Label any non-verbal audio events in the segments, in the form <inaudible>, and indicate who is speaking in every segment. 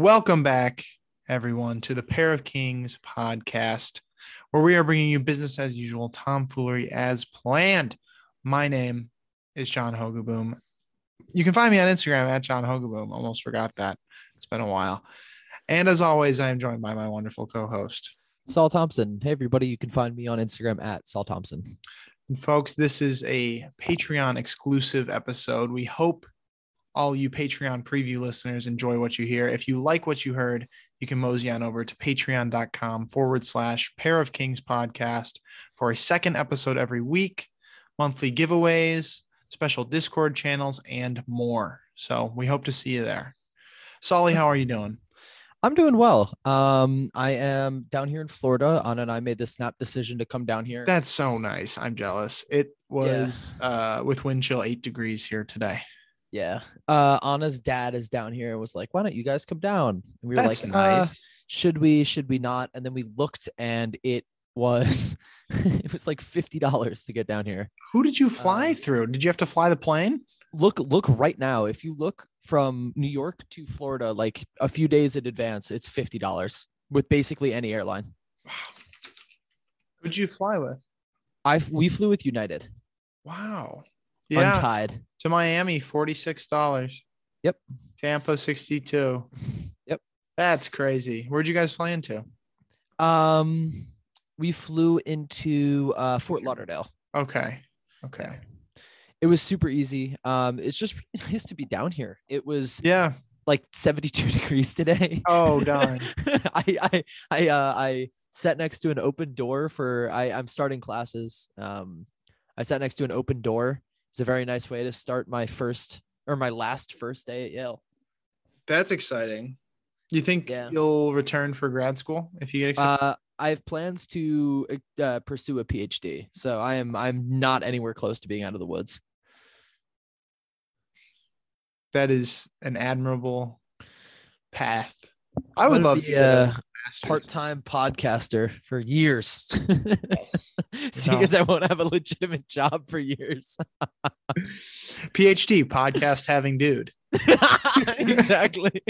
Speaker 1: Welcome back, everyone, to the Pair of Kings podcast, where we are bringing you business as usual, tomfoolery as planned. My name is John Hogaboom. You can find me on Instagram at John Hogaboom. Almost forgot that. It's been a while. And as always, I am joined by my wonderful co host.
Speaker 2: Saul Thompson. Hey, everybody. You can find me on Instagram at Saul Thompson.
Speaker 1: Folks, this is a Patreon exclusive episode. We hope all you Patreon preview listeners enjoy what you hear. If you like what you heard, you can mosey on over to patreon.com forward slash pair of kings podcast for a second episode every week, monthly giveaways, special Discord channels, and more. So we hope to see you there. Solly, how are you doing?
Speaker 2: I'm doing well. Um, I am down here in Florida. Anna and I made the snap decision to come down here.
Speaker 1: That's so nice. I'm jealous. It was uh, with wind chill eight degrees here today.
Speaker 2: Yeah. Uh, Anna's dad is down here and was like, why don't you guys come down? And we were
Speaker 1: That's
Speaker 2: like, uh,
Speaker 1: nice.
Speaker 2: should we, should we not? And then we looked and it was, <laughs> it was like $50 to get down here.
Speaker 1: Who did you fly
Speaker 2: um,
Speaker 1: through? Did you have to fly the plane?
Speaker 2: Look, look right now. If you look from New York to Florida, like a few days in advance, it's $50 with basically any airline.
Speaker 1: Who'd you fly with?
Speaker 2: I, we flew with United
Speaker 1: Wow. Yeah.
Speaker 2: untied.
Speaker 1: to Miami, forty-six dollars.
Speaker 2: Yep.
Speaker 1: Tampa, sixty-two.
Speaker 2: Yep.
Speaker 1: That's crazy. Where'd you guys fly into?
Speaker 2: Um, we flew into uh, Fort Lauderdale.
Speaker 1: Okay. Okay.
Speaker 2: It was super easy. Um, it's just really <laughs> nice to be down here. It was
Speaker 1: Yeah.
Speaker 2: like 72 <laughs> degrees today.
Speaker 1: <laughs>
Speaker 2: <laughs>
Speaker 1: Oh darn.
Speaker 2: I I I uh, I sat next to an open door for I I'm starting classes. Um, I sat next to an open door. It's a very nice way to start my first or my last first day at Yale.
Speaker 1: That's exciting. You think
Speaker 2: Yeah.
Speaker 1: you'll return for grad school if you get accepted?
Speaker 2: Uh, I have plans to uh, pursue a PhD, so I am I'm not anywhere close to being out of the woods.
Speaker 1: that is an admirable path. I would
Speaker 2: Wanna
Speaker 1: love
Speaker 2: be
Speaker 1: to get a
Speaker 2: a
Speaker 1: master's.
Speaker 2: part-time podcaster for years, <laughs>
Speaker 1: Yes.
Speaker 2: seeing
Speaker 1: No.
Speaker 2: as I won't have a legitimate job for <laughs> years.
Speaker 1: PhD <laughs> podcast having dude.
Speaker 2: exactly.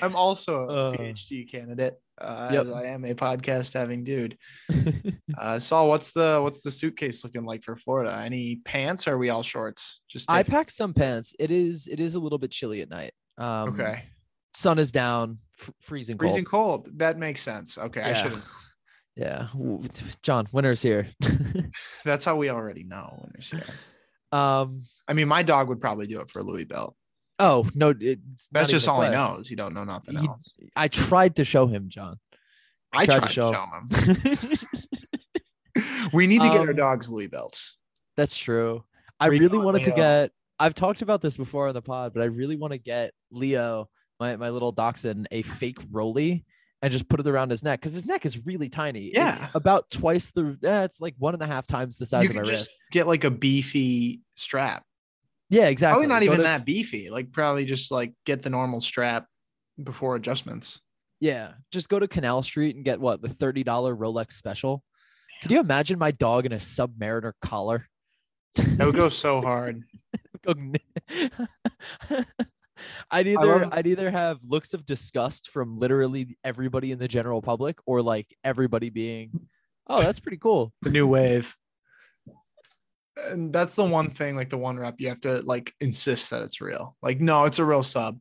Speaker 1: I'm also a
Speaker 2: Uh.
Speaker 1: PhD candidate, uh,
Speaker 2: Yep.
Speaker 1: as I am a podcast having
Speaker 2: <laughs>
Speaker 1: dude. Uh, Saul, what's the what's the suitcase looking like for Florida? Any pants? Or are we all shorts? Just
Speaker 2: I <laughs>
Speaker 1: take-
Speaker 2: pack some pants. It is it is a little bit chilly at night. Um,
Speaker 1: okay.
Speaker 2: Sun is down. F- freezing cold.
Speaker 1: Freezing cold. That makes sense. Okay, I
Speaker 2: Yeah.
Speaker 1: should. have
Speaker 2: Yeah. W- John, winter's here.
Speaker 1: That's how we already know. when there's- yeah.
Speaker 2: um.
Speaker 1: I mean, my dog would probably do it for a Louis belt.
Speaker 2: Oh no. It's not
Speaker 1: That's
Speaker 2: even
Speaker 1: just
Speaker 2: a
Speaker 1: all he
Speaker 2: question.
Speaker 1: knows. He don't know nothing
Speaker 2: He-
Speaker 1: else.
Speaker 2: I tried to show him, <laughs> John.
Speaker 1: I tried,
Speaker 2: tried to
Speaker 1: to show
Speaker 2: show
Speaker 1: him. <laughs> We need to get our
Speaker 2: Um,
Speaker 1: dogs Louis belts.
Speaker 2: That's true. I
Speaker 1: Rico
Speaker 2: really
Speaker 1: and
Speaker 2: wanted to
Speaker 1: Leo.
Speaker 2: get. I've talked about this before on the pod, but I really want to get Leo, my my little dachshund, a fake Roly, and just put it around his neck because his neck is really tiny. It's
Speaker 1: Yeah.
Speaker 2: about twice the. Eh, it's like one and a half times the size
Speaker 1: You
Speaker 2: of my
Speaker 1: could
Speaker 2: wrist.
Speaker 1: just get like a beefy strap.
Speaker 2: Yeah, exactly.
Speaker 1: Probably not
Speaker 2: Go
Speaker 1: even
Speaker 2: to-
Speaker 1: that beefy. Like probably just like get the normal strap before adjustments.
Speaker 2: Yeah, just go to Canal Street and get what the thirty dollar Rolex special. Could you imagine my dog in a Submariner collar?
Speaker 1: That would go so hard.
Speaker 2: Cogn- <laughs> I'd either
Speaker 1: love-
Speaker 2: I'd either have looks of disgust from literally everybody in the general public, or like everybody being, "Oh, that's pretty cool."
Speaker 1: <laughs> the new wave. And that's the one thing, like the one rep, you have to like insist that it's real. Like, no, it's a real sub.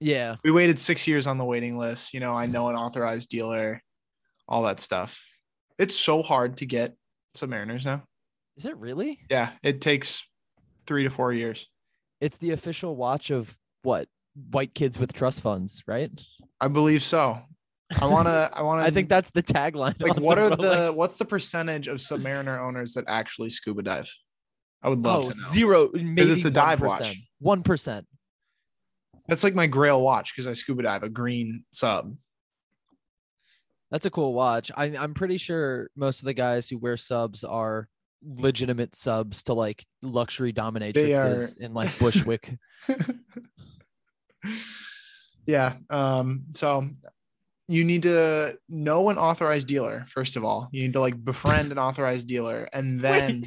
Speaker 2: Yeah,
Speaker 1: We waited six years on the waiting list. You know, I know an authorized dealer, all that stuff. It's so hard to get Submariners now.
Speaker 2: is it really?
Speaker 1: Yeah, it takes three to four years.
Speaker 2: It's the official watch of what white kids with trust funds, right?
Speaker 1: I believe so. I wanna. I wanna.
Speaker 2: <laughs> I think that's the <laughs> tagline.
Speaker 1: Um, Like,
Speaker 2: on
Speaker 1: what are the?
Speaker 2: Rolex.
Speaker 1: What's the percentage of Submariner owners that actually scuba dive? I would love
Speaker 2: oh
Speaker 1: to know.
Speaker 2: zero? Maybe
Speaker 1: it's a dive watch.
Speaker 2: One percent.
Speaker 1: That's like my Grail watch because I scuba dive a green sub.
Speaker 2: That's a cool watch. I'm I'm pretty sure most of the guys who wear subs are legitimate subs to like luxury dominatrixes in
Speaker 1: <laughs>
Speaker 2: like Bushwick.
Speaker 1: yeah. Um, so you need to
Speaker 2: <laughs>
Speaker 1: know an authorized dealer, first of all. You need to like befriend an authorized dealer and then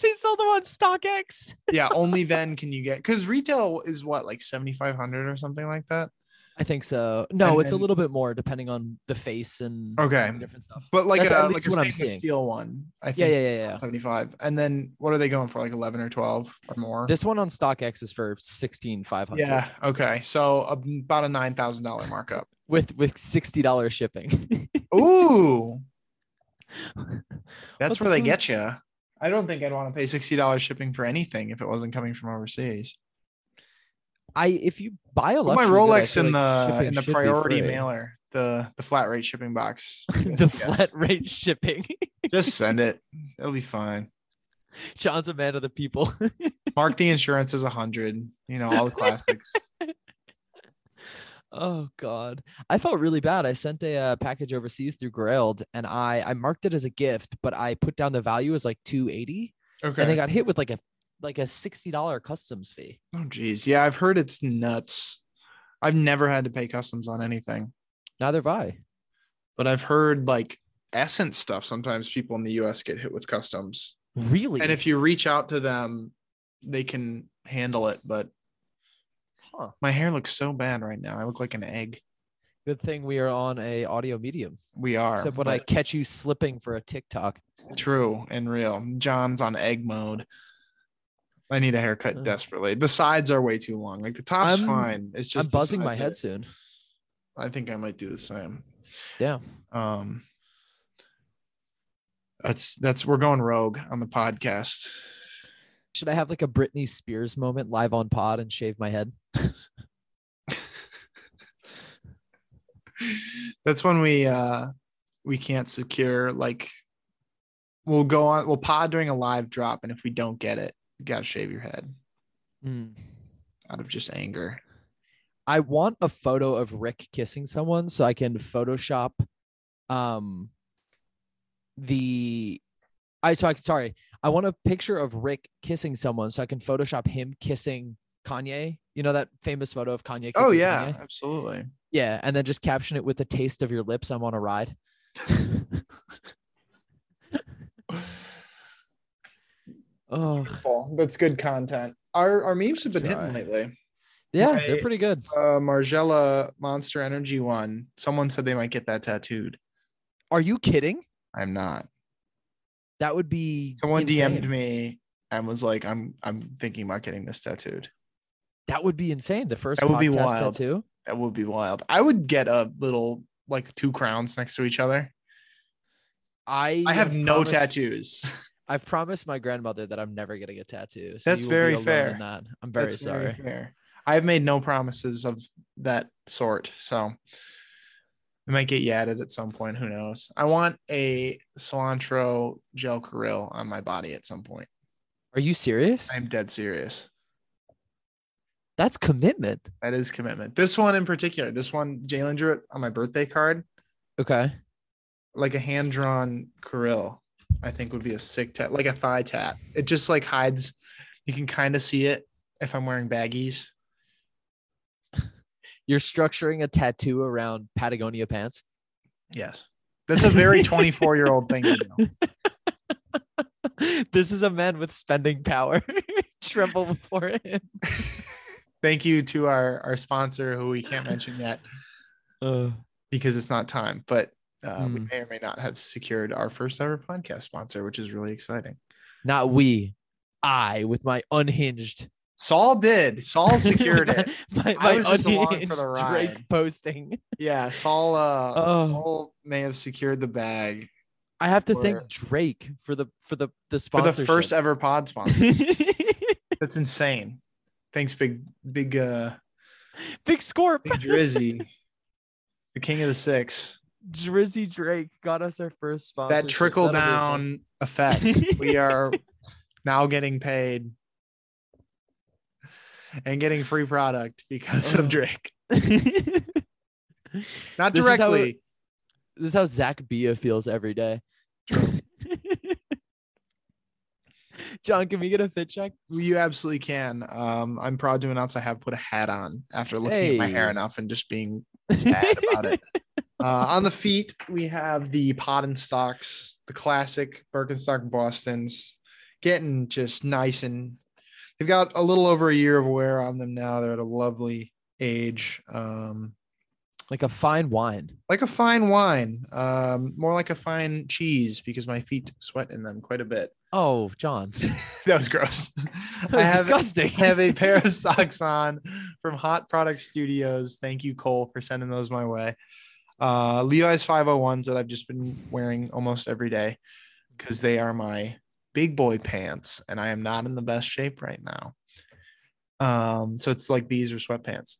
Speaker 2: they sold them on StockX.
Speaker 1: yeah, only then can you get because retail is what like seventy five hundred or something like that.
Speaker 2: I think so. No,
Speaker 1: And
Speaker 2: it's a
Speaker 1: then-
Speaker 2: little bit more depending on the face and
Speaker 1: Okay.
Speaker 2: different stuff.
Speaker 1: But like
Speaker 2: That's at
Speaker 1: a like
Speaker 2: least
Speaker 1: a
Speaker 2: what I'm
Speaker 1: stainless
Speaker 2: seeing.
Speaker 1: steel one, I
Speaker 2: Yeah,
Speaker 1: think
Speaker 2: yeah, yeah, yeah.
Speaker 1: seventy five. And then what are they going for? Like eleven or twelve or more?
Speaker 2: This one on StockX is for sixteen five hundred.
Speaker 1: yeah. Okay. So about a nine thousand dollar
Speaker 2: <laughs>
Speaker 1: markup.
Speaker 2: with with sixty dollars shipping. <laughs>
Speaker 1: Ooh,
Speaker 2: What
Speaker 1: that's
Speaker 2: the
Speaker 1: where they
Speaker 2: fuck?
Speaker 1: get you. I don't think I'd want to pay sixty dollars shipping for anything if it wasn't coming from overseas.
Speaker 2: I if you buy a
Speaker 1: Put
Speaker 2: luxury
Speaker 1: my
Speaker 2: good, I
Speaker 1: Rolex
Speaker 2: feel
Speaker 1: in
Speaker 2: like
Speaker 1: the
Speaker 2: shipping
Speaker 1: in the
Speaker 2: should be
Speaker 1: priority
Speaker 2: free.
Speaker 1: mailer, the the flat rate shipping box.
Speaker 2: <laughs> the
Speaker 1: Yes.
Speaker 2: flat rate shipping. <laughs>
Speaker 1: Just send it. It'll be fine.
Speaker 2: John's a man of the people.
Speaker 1: Mark the insurance as a hundred. You know all the
Speaker 2: <laughs>
Speaker 1: classics.
Speaker 2: oh God, I felt really bad. I sent a uh, package overseas through Grailed, and I I marked it as a gift, but I put down the value as like two eighty,
Speaker 1: Okay.
Speaker 2: and they got hit with like a like a sixty dollar customs fee.
Speaker 1: Oh geez, yeah, I've heard it's nuts. I've never had to pay customs on anything,
Speaker 2: Neither have I.
Speaker 1: but I've heard like essence stuff. Sometimes people in the U.S. get hit with customs,
Speaker 2: Really?
Speaker 1: and if you reach out to them, they can handle it. But
Speaker 2: Huh.
Speaker 1: my hair looks so bad right now; I look like an egg.
Speaker 2: Good thing we are on a audio medium.
Speaker 1: We are
Speaker 2: Except when I catch you slipping for a TikTok.
Speaker 1: but true and real. John's on egg mode. I need a haircut
Speaker 2: Ugh.
Speaker 1: desperately. The sides are way too long. Like the top's
Speaker 2: I'm-
Speaker 1: fine. It's just
Speaker 2: I'm
Speaker 1: the
Speaker 2: buzzing my
Speaker 1: sides are-
Speaker 2: head soon.
Speaker 1: I think I might do the same.
Speaker 2: Yeah.
Speaker 1: Um that's that's we're going rogue on the podcast.
Speaker 2: Should I have like a Britney Spears moment live on pod and shave my head?
Speaker 1: That's when we uh we can't secure like we'll go on we'll pod during a live drop and if we don't get it, you gotta shave your head Hmm.
Speaker 2: Mm.
Speaker 1: out of just anger.
Speaker 2: I want a photo of Rick kissing someone so I can Photoshop um the I so I sorry. I want a picture of Rick kissing someone so I can Photoshop him kissing Kanye. You know that famous photo of Kanye kissing
Speaker 1: Oh yeah,
Speaker 2: Kanye?
Speaker 1: absolutely.
Speaker 2: Yeah, and then just caption it with the taste of your lips. I'm on a ride. oh
Speaker 1: Cool. That's good content. Our our memes have been hitting
Speaker 2: Try.
Speaker 1: lately.
Speaker 2: yeah,
Speaker 1: I-
Speaker 2: they're pretty good.
Speaker 1: Uh Margella Monster Energy one. Someone said they might get that tattooed.
Speaker 2: Are you kidding?
Speaker 1: I'm not.
Speaker 2: That would be
Speaker 1: Someone
Speaker 2: insane.
Speaker 1: DM'd me and was like, "I'm I'm thinking about getting this tattooed.
Speaker 2: That would be insane. The first
Speaker 1: That would be
Speaker 2: podcast
Speaker 1: wild.
Speaker 2: tattoo.
Speaker 1: That would be wild. I would get a little like two crowns next to each other.
Speaker 2: I
Speaker 1: I have no
Speaker 2: promised-
Speaker 1: tattoos.
Speaker 2: I've promised my grandmother that I'm never getting a tattoo. So
Speaker 1: That's
Speaker 2: you will be
Speaker 1: very
Speaker 2: alone in
Speaker 1: fair.
Speaker 2: that. I'm very
Speaker 1: That's
Speaker 2: sorry.
Speaker 1: fair. I've made no promises of that sort, so I might get yadded at some point. Who knows? I want a cilantro gel Caril on my body at some point.
Speaker 2: Are you serious?
Speaker 1: I'm dead serious.
Speaker 2: That's commitment.
Speaker 1: That is commitment. This one in particular, this one, Jalen drew it on my birthday card.
Speaker 2: Okay.
Speaker 1: like a hand drawn Kirill, I think would be a sick tat, like a thigh tat. It just like hides. You can kind of see it if I'm wearing baggies.
Speaker 2: You're structuring a tattoo around Patagonia pants. <laughs>
Speaker 1: Yes, that's a very 24 year old thing. To <laughs> do.
Speaker 2: this is a man with spending power. <laughs> Tremble before him.
Speaker 1: Thank you to our our sponsor, who we can't mention yet because it's not time. But uh, we
Speaker 2: Hmm.
Speaker 1: may or may not have secured our first ever podcast sponsor, which is really exciting.
Speaker 2: not we. I with my unhinged. <laughs>
Speaker 1: Saul did. <laughs> Saul secured
Speaker 2: with
Speaker 1: it.
Speaker 2: My,
Speaker 1: I
Speaker 2: my
Speaker 1: was just along for the
Speaker 2: unhinged Drake
Speaker 1: ride.
Speaker 2: posting.
Speaker 1: Yeah, Saul. Uh,
Speaker 2: Oh.
Speaker 1: Saul may have secured the bag
Speaker 2: I have to
Speaker 1: Or-
Speaker 2: thank Drake for the for the the
Speaker 1: for the
Speaker 2: sponsorship.
Speaker 1: first ever pod sponsor.
Speaker 2: <laughs> Big
Speaker 1: <laughs> That's insane. Thanks, big big uh
Speaker 2: Scorp.
Speaker 1: big <laughs> Drizzy, the king of the six.
Speaker 2: Drizzy Drake got us our first sponsor.
Speaker 1: That trickle down effect.
Speaker 2: <laughs>
Speaker 1: We are now getting paid and getting free product because
Speaker 2: Oh.
Speaker 1: of Drake.
Speaker 2: <laughs> this
Speaker 1: Not
Speaker 2: This is how
Speaker 1: directly.
Speaker 2: is how Zach Bia feels every day. <laughs> John, can we get a fit check?
Speaker 1: You absolutely can. Um, I'm proud to announce I have put a hat on after looking at my hair
Speaker 2: Hey.
Speaker 1: enough and just being sad about
Speaker 2: <laughs>
Speaker 1: it. Uh, on the feet, we have the Pod and Stocks, the classic Birkenstock Boston's getting just nice and they've got a little over a year of wear on them now. They're at a lovely age. Um,
Speaker 2: like a fine wine.
Speaker 1: like a fine wine, um, more like a fine cheese because my feet sweat in them quite a bit. <laughs>
Speaker 2: Oh, John,
Speaker 1: That was gross. <laughs>
Speaker 2: that
Speaker 1: I
Speaker 2: was
Speaker 1: have,
Speaker 2: disgusting.
Speaker 1: I <laughs> have a pair of socks on from Hot Product Studios. Thank you, Cole, for sending those my way. Uh, Levi's 501s that I've just been wearing almost every day because they are my big boy pants, and I am not in the best shape right now. Um, so it's like these are sweatpants.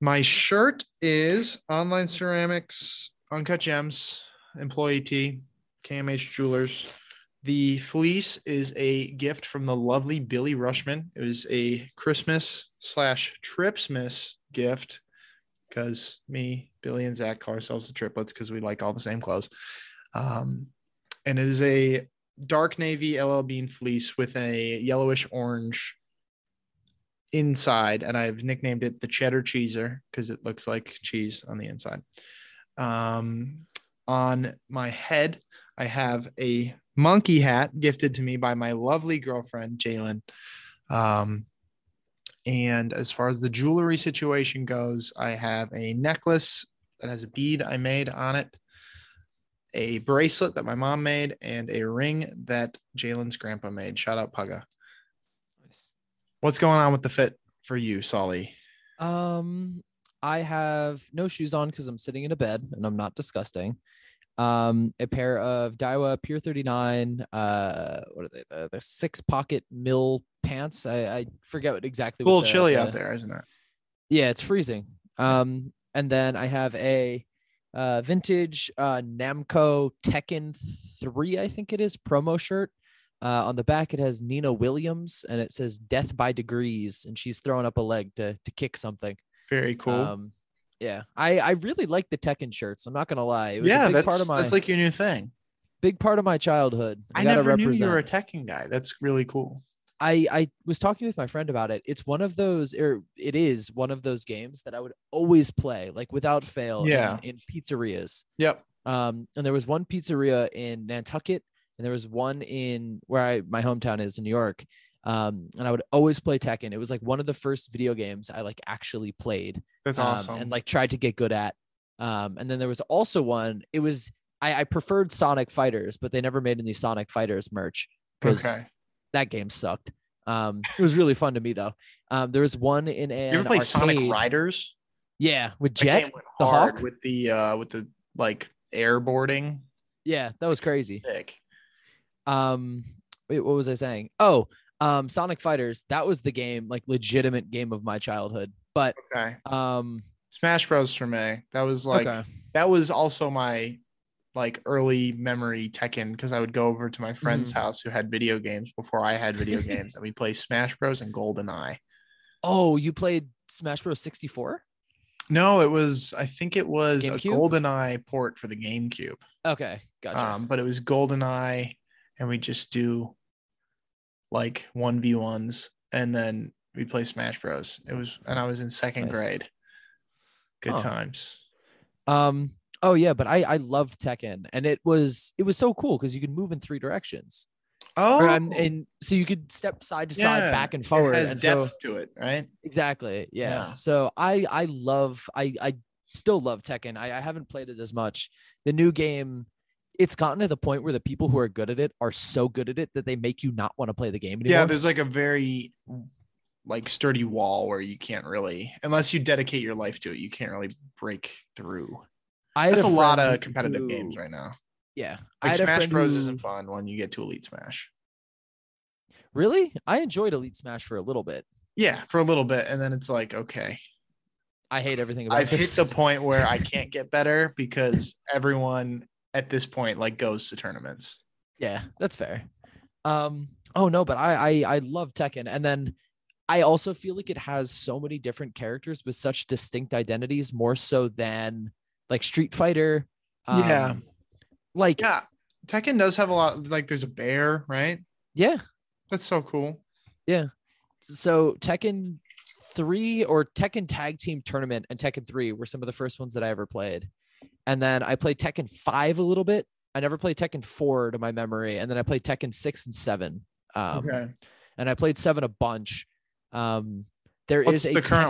Speaker 1: My shirt is Online Ceramics, Uncut Gems, Employee T, KMH Jewelers. The fleece is a gift from the lovely Billy Rushman. It was a Christmas slash Tripsmas gift because me, Billy, and Zach call ourselves the triplets because we like all the same clothes. Um, and it is a dark navy LL Bean fleece with a yellowish orange inside. And I've nicknamed it the Cheddar Cheeser because it looks like cheese on the inside. Um, on my head, I have a monkey hat gifted to me by my lovely girlfriend, Jalen. Um, and as far as the jewelry situation goes, I have a necklace that has a bead I made on it, a bracelet that my mom made, and a ring that Jalen's grandpa made. Shout out Pugga. What's going on with the fit for you, Solly?
Speaker 2: Um, I have no shoes on because I'm sitting in a bed and I'm not disgusting. Um, a pair of Daiwa Pure 39. Uh, what are they? The, the six pocket mill pants. I, I forget what exactly.
Speaker 1: It's a
Speaker 2: what
Speaker 1: little
Speaker 2: the-
Speaker 1: chilly
Speaker 2: the-
Speaker 1: out there, isn't it?
Speaker 2: Yeah, it's freezing. Um, and then I have a uh, vintage uh, Namco Tekken 3, I think it is, promo shirt. Uh, on the back, it has Nina Williams and it says Death by Degrees, and she's throwing up a leg to, to kick something.
Speaker 1: Very cool.
Speaker 2: Um, yeah, I, I really like the Tekken shirts. I'm not gonna lie. It was
Speaker 1: yeah,
Speaker 2: a big
Speaker 1: that's,
Speaker 2: part of my
Speaker 1: that's like your new thing.
Speaker 2: big part of my childhood.
Speaker 1: I,
Speaker 2: gotta
Speaker 1: never knew
Speaker 2: represent.
Speaker 1: you were a Tekken guy. That's really cool.
Speaker 2: I I was talking with my friend about it. It's one of those, or it is one of those games that I would always play, like without fail. in-
Speaker 1: Yeah.
Speaker 2: In, pizzerias,
Speaker 1: Yep.
Speaker 2: um, and there was one pizzeria in Nantucket, and there was one in where I my hometown is in New York. Um, and I would always play Tekken. It was like one of the first video games I like actually played.
Speaker 1: That's
Speaker 2: um,
Speaker 1: awesome.
Speaker 2: and like tried to get good at. Um, and then there was also one. It was I, I preferred Sonic Fighters, but they never made any Sonic Fighters merch because
Speaker 1: okay.
Speaker 2: that game sucked. Um, it was really fun to me though. Um, there was one in a
Speaker 1: You ever
Speaker 2: an
Speaker 1: play Sonic
Speaker 2: arcade-
Speaker 1: Riders?
Speaker 2: Yeah, with
Speaker 1: That
Speaker 2: Jet.
Speaker 1: game went
Speaker 2: the
Speaker 1: hard
Speaker 2: Hawk?
Speaker 1: with the uh with the like airboarding.
Speaker 2: Yeah, that was crazy.
Speaker 1: Sick.
Speaker 2: Um, wait, what was I saying? Oh, um, Sonic Fighters. That was the game, like legitimate game of my childhood. But
Speaker 1: Okay.
Speaker 2: um,
Speaker 1: Smash Bros for me. That was like
Speaker 2: okay.
Speaker 1: that was also my like early memory Tekken because I would go over to my friend's
Speaker 2: Mm.
Speaker 1: house who had video games before I had
Speaker 2: <laughs>
Speaker 1: video games and we play Smash Bros and GoldenEye.
Speaker 2: Oh, you played Smash Bros. sixty four.
Speaker 1: No, it was I think it was a
Speaker 2: GameCube?
Speaker 1: GoldenEye port for the GameCube.
Speaker 2: Okay, gotcha.
Speaker 1: Um, but it was GoldenEye, and we just do like one v ones, and then we play Smash Bros. It was, and I was in second
Speaker 2: Nice.
Speaker 1: grade. Good
Speaker 2: Huh.
Speaker 1: times.
Speaker 2: Um. Oh yeah, but I I loved Tekken, and it was it was so cool because you could move in three directions.
Speaker 1: Oh,
Speaker 2: Or, um, and so you could step side to side,
Speaker 1: Yeah,
Speaker 2: back and forward.
Speaker 1: it has
Speaker 2: and so,
Speaker 1: depth to it, right?
Speaker 2: exactly. Yeah.
Speaker 1: Yeah.
Speaker 2: So I I love I I still love Tekken. I, I haven't played it as much. The new game, it's gotten to the point where the people who are good at it are so good at it that they make you not want to play the game anymore.
Speaker 1: Yeah, there's like a very like sturdy wall where you can't really, unless you dedicate your life to it, you can't really break through.
Speaker 2: I had
Speaker 1: That's a, lot
Speaker 2: friend
Speaker 1: of competitive
Speaker 2: who-
Speaker 1: games right now.
Speaker 2: Yeah. I
Speaker 1: Like
Speaker 2: had a
Speaker 1: Smash
Speaker 2: friend
Speaker 1: Bros
Speaker 2: who-
Speaker 1: isn't fun when you get to Elite Smash.
Speaker 2: Really? I enjoyed Elite Smash for a little bit.
Speaker 1: Yeah, for a little bit, and then it's like, okay,
Speaker 2: I hate everything about
Speaker 1: I've hit
Speaker 2: <laughs> this.
Speaker 1: the point where I can't get better because everyone at this point like goes to tournaments.
Speaker 2: Yeah, that's fair. Um, oh no, but I I I love Tekken, and then I also feel like it has so many different characters with such distinct identities, more so than like Street Fighter.
Speaker 1: Yeah.
Speaker 2: um, Like
Speaker 1: Yeah,
Speaker 2: yeah.
Speaker 1: Tekken does have a lot. Like, there's a bear, right? That's so cool.
Speaker 2: So Tekken three or Tekken Tag Team Tournament and Tekken three were some of the first ones that I ever played, and then I played Tekken five a little bit, I never played Tekken 4 to my memory, and then I played Tekken 6 and 7. Um,
Speaker 1: okay.
Speaker 2: and I played 7 a bunch. Um, there is
Speaker 1: What's
Speaker 2: a
Speaker 1: the current